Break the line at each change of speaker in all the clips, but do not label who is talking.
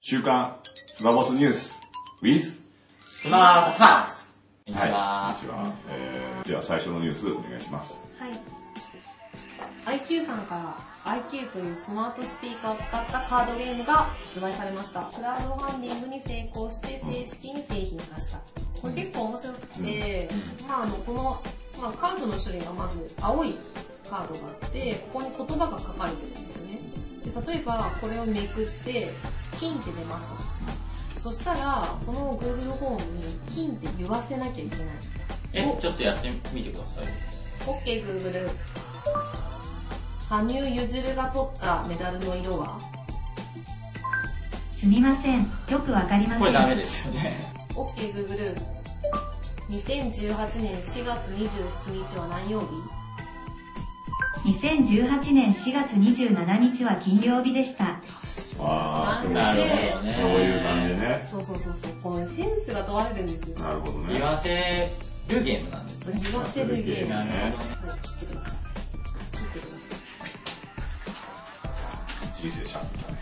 週刊スマボスニュース with
スマートハウス。こんにち
はい
は。
こんにちは、えー、じゃあ最初のニュースお願いします
はい。IQ さんから IQ というスマートスピーカーを使ったカードゲームが発売されました。クラウドファンディングに成功して正式に製品化した。これ結構面白くて、まああの、この、まあカードの種類がまず青いカードがあって、ここに言葉が書かれてるんですよね。で例えばこれをめくって、金って出ますと。そしたら、この Google ホームに金って言わせなきゃいけない。
え、ちょっとやってみてください。
OK, Google。羽生結弦が取ったメダルの色は
すみません。よくわかりません。
これダメですよね。
?OK, Google。2018年4月27日は何曜日
2018年4月27日は金曜日でした。
あー
な
なるほど
るほどね。
そういう感じね
そうそうそうそう。このセンスが問われるんですよ。
なるほどね
言わせるゲームなんです
そ
ね。
れ言わせるゲーム。
な
は
る
い、
ほどね。
切ってください。切ってください。
人生シャープだね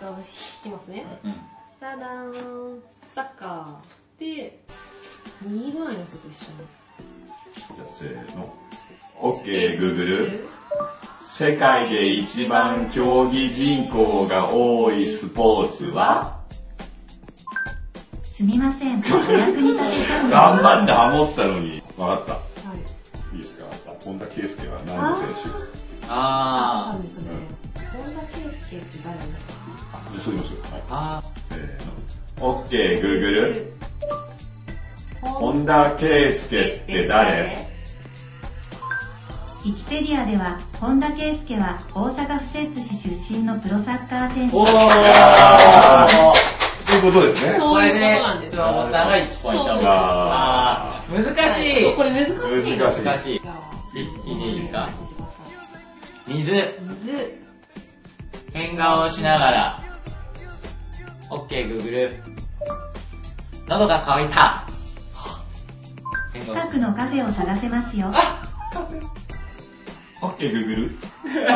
じゃあ私引きますね。
うん。
ダダーン、サッカー。で、2位ぐらいの人と一緒に。
じゃあせーの OK Google 世界で一番競技人口が多いスポーツは
すみま せん。お役に立てそうに
頑張ってハモったのにわかった
はい。
いいですか本田圭佑は何の選手
あ
あそうですね。本田圭佑って誰ですか
あ、じゃあそう言いましょう。はい
ー。。あ
せーの。OK, Google。
本
本田圭佑って誰
ウィキペディアでは、本田圭佑は大阪府摂津市出身のプロサッカー選
ー。
手。
おー
やということですね。
こ
そういう
れ
こと
で
なんで、す
スマホさんが1ポイント。
あ
あー、難しい。
これ難しいの
難しい
難しい
じ。ゃあ
いいいですか
聞いてください
水、
水、
変顔をしながら。OK, Google。喉が渇いた。変顔。
近くのカフェを探せますよ。
あカフェ
OK, Google。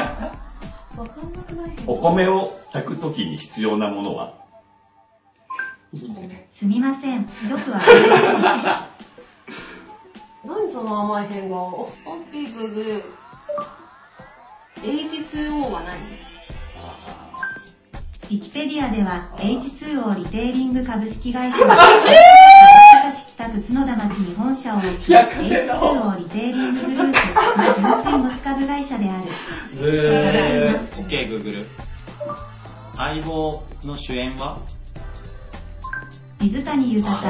わかんなくない
お米を炊くときに必要なものは
すみません。よくわかりま せん。
何その甘い変顔。OK, Google。H2O は何
ウィキペディアでは、H2O リテーリング株式会社が、大阪市北区角田町に本社を置き、
百年の
H2O リテーリンググループ、純粋モス株会社である。
ブー。OK, Google。相棒の主演は
水谷豊。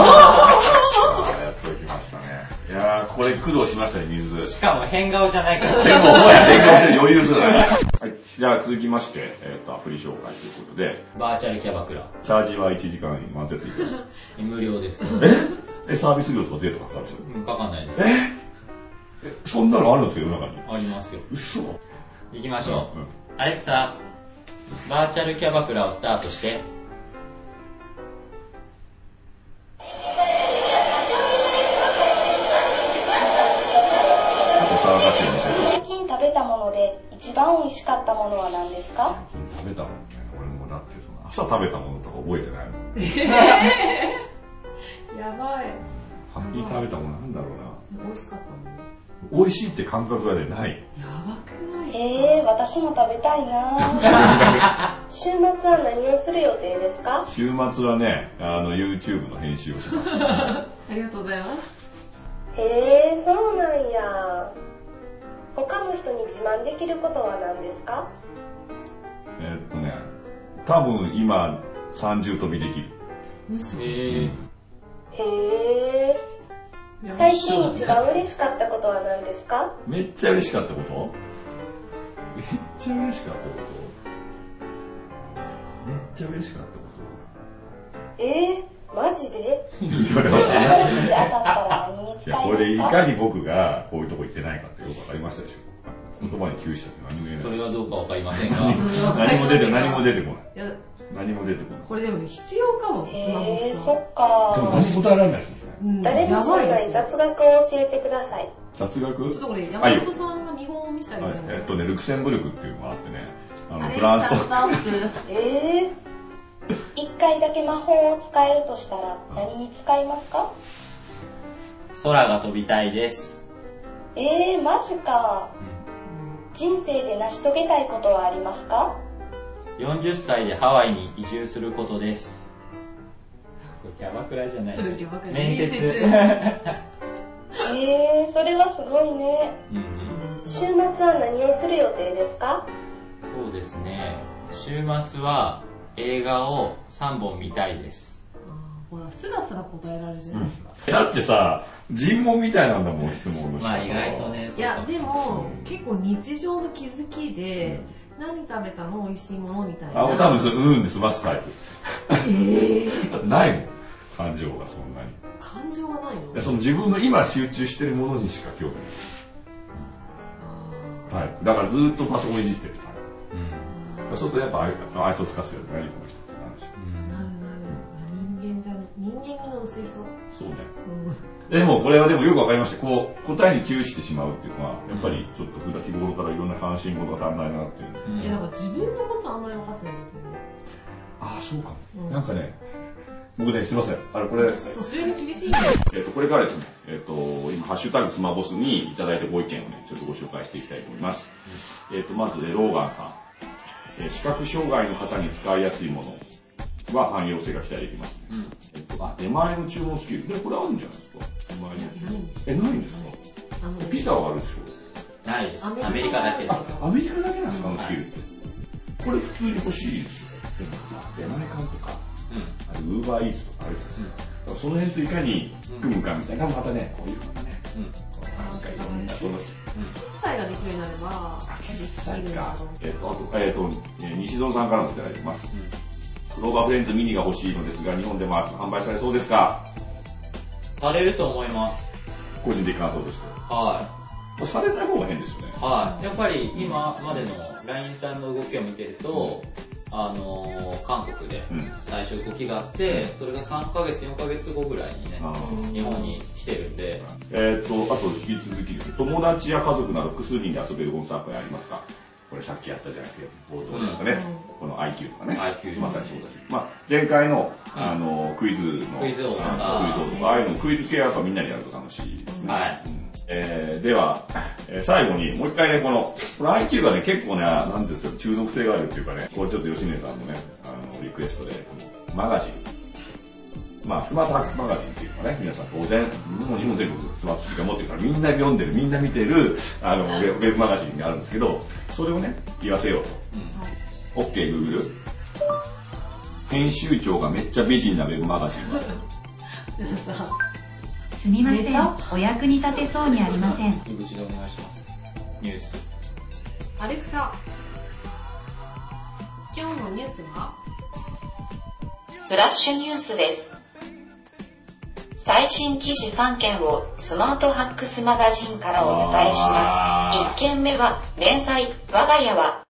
あーやっときましたね。いやー、これ苦労しましたね、水。でも、
しかも変顔じゃないか
もう
ら。
や勉強してる余裕するね。はい。じゃあ続きまして、えっと、アプリ紹介ということで、
バーチャルキャバクラ。
チャージは1時間に混ぜていただく。
無料ですけど。
え、サービス料とか税とかかかるでしょ
うんかかんないです。
えそんなのあるんですけど、世の中に。
ありますよ。
嘘
行きましょう。アレクサ、バーチャルキャバクラをスタートして。
ちょっと騒がしい店。
最近食べたもので一番美味しかったものは何ですか
食べたもんね。俺もだってその、朝食べたものとか覚えてないもん。
やばい。
先に食べたものなんだろうな。
美味しかったもんね。
美味しいって感覚がね、ない。
やばくない
えー、私も食べたい なぁ週末は何をする予定ですか
週末はね、あの、YouTube の編集をします。
ありがとうございます。
へえー、そうなんや他の人に自慢できることは何ですか
えっとね、多分今、30飛びできる。
え
へえー、最近一番嬉しかったことは何ですか
めっちゃ嬉しかったことめっちゃ嬉しかったことめっちゃ嬉しかったこ
えー、マジで
とそれ
も
はね。
し当たったら何に
い
使
や、
いますか
これいかに僕がこういうとこ行ってないかってよくわかりましたでしょ。言葉に窮してて何も言え
そ
ない
れ。はどうかわかりませんが。
何も出て、何も出てこない。
いや、
何も出てこない。
これでも必要かも、スマホ
へえー、
さ
そっか
でも何も答えられないですもんね。
うん
誰も知らな
やば
い
ですよ
雑学を教えてください。
雑学
ちょっとこれ、
あいい
山
よ
本さんが見本を見せてあげ
は
て
い
も。
えっとね、ルクセンブルクっていうのがあってね、あ
ア
の、
レ
フ
ク
ランス
サ
と
の
か。
ダンプ。
ええ一回だけ魔法を使えるとしたら何に使いますか
空が飛びたいです。
ええマジか。人生で成し遂げたいことはありますか
40歳でハワイに移住することです。これキャバクラじゃない。
うんキャバクラ
面接。
面
ええそれはすごいね。
うんうん
週末は何をする予定ですか
そうですね。週末は映画を3本見たいです。
あーほら、スラスラ答えられるじゃないですか。
だってさ、尋問みたいなんだもん、質問の仕方
まあ意外と。ね、
いや、でも
うん、
結構日常の気づきで、何食べたの美味しいものみたいな。
あ、もう多分それ、うんで済ますタイ
ええ
プ。ないもん。感情がそんなに。
感情がないの
いやその自分の今集中してるものにしか興味
あー
ない。はい。だからずーっとパソコンいじってる。
うん
そうするとやっぱ愛愛想つかせるよね、この人ってなるでしょ
うん
なるなる。人間じゃ、人間味の薄い人。う
そうね。
ん
でも、これはでもよくわかりました。こう、答えに窮してしまうっていうのは、やっぱりちょっと普段日頃からいろんな関心事が足んないなっていう。
うん
いや、だから自分のことあんまり分かってないこと思う。
ああ、そうか
う。ん
なんかね、僕ね、すいません。あれ、これ、
私年上に厳しいんだよ。
えっと、これからですね、えっと、今、ハッシュタグスマボスにいただいたご意見をね、ちょっとご紹介していきたいと思います。えっと、まず、えーローガンさん。えー視覚障害の方に使いやすいものは汎用性が期待できます。
うん
えっと、あ、出前の注文スキル。で、これあるんじゃないですか出前の注
いやないん
文
で。
え、ないんですか
あのね
ピザはあるでし
ないです。
アメリカ
アメリカだけで
ょ
す。
あ、アメリカだけなんですかあのスキルって。これ普通に欲しいですよ。でもさ出前館とか、
うん
あウーバーイーツとかあるじゃないですか。だからその辺といかに組むかみたいな、またね、こういうのがね、
うんうん
なんかいろんな、この、
決済ができるようになれば、できるんだろう
えっ、と、あと、えっ、と、えー西蔵さんからもいただいてます。
うん
クローバーフレンズミニが欲しいのですが、日本でも販売されそうですか
されると思います。
個人的感想として。こ
はい。
れされない方が変ですよね。
はい。やっぱり今までの LINE さんの動きを見てると、あのー韓国で
うん
最初動きがあって、それが3ヶ月、4ヶ月後ぐらいにね
あ、ー
日本に来てるんで、
えっ、と、あと引き続きですね、友達や家族など複数人で遊べる音楽会ありますかこれさっきやったじゃないですか、冒頭ですかね、この IQ とかね。
IQ
まさにそうだし。まあ、前回の、
うん
あの、クイズの、
クイズ王とか
あのクイズ王とか、ああいうのクイズ系はやっぱみんなでやると楽しいですね。
はい
うんえーでは、えー最後にもう一回ね、この、この IQ がね、結構ね、なんですか、中毒性があるっていうかね、これちょっと吉根さんのね、あの、リクエストで、このマガジン。まあ、スマートアクスマガジンっていうかね、皆さん当然、もう日本全国スマートスピーカー持ってるから、みんな読んでる、みんな見てる、あの、ウェブウェブマガジンがあるんですけど、それをね、言わせようと。
うん。
OK, Google。編集長がめっちゃ美人なウェブマガジンは。
でもさ
すみませ
ネ
ん
タ。
お役に立てそうにありません。
入り口でお願いします。ニュース。
アレクサ、今日のニュースは
フラッシュニュースです。最新記事3件をスマートハックスマガジンからお伝えします。1件目は連載、我が家は。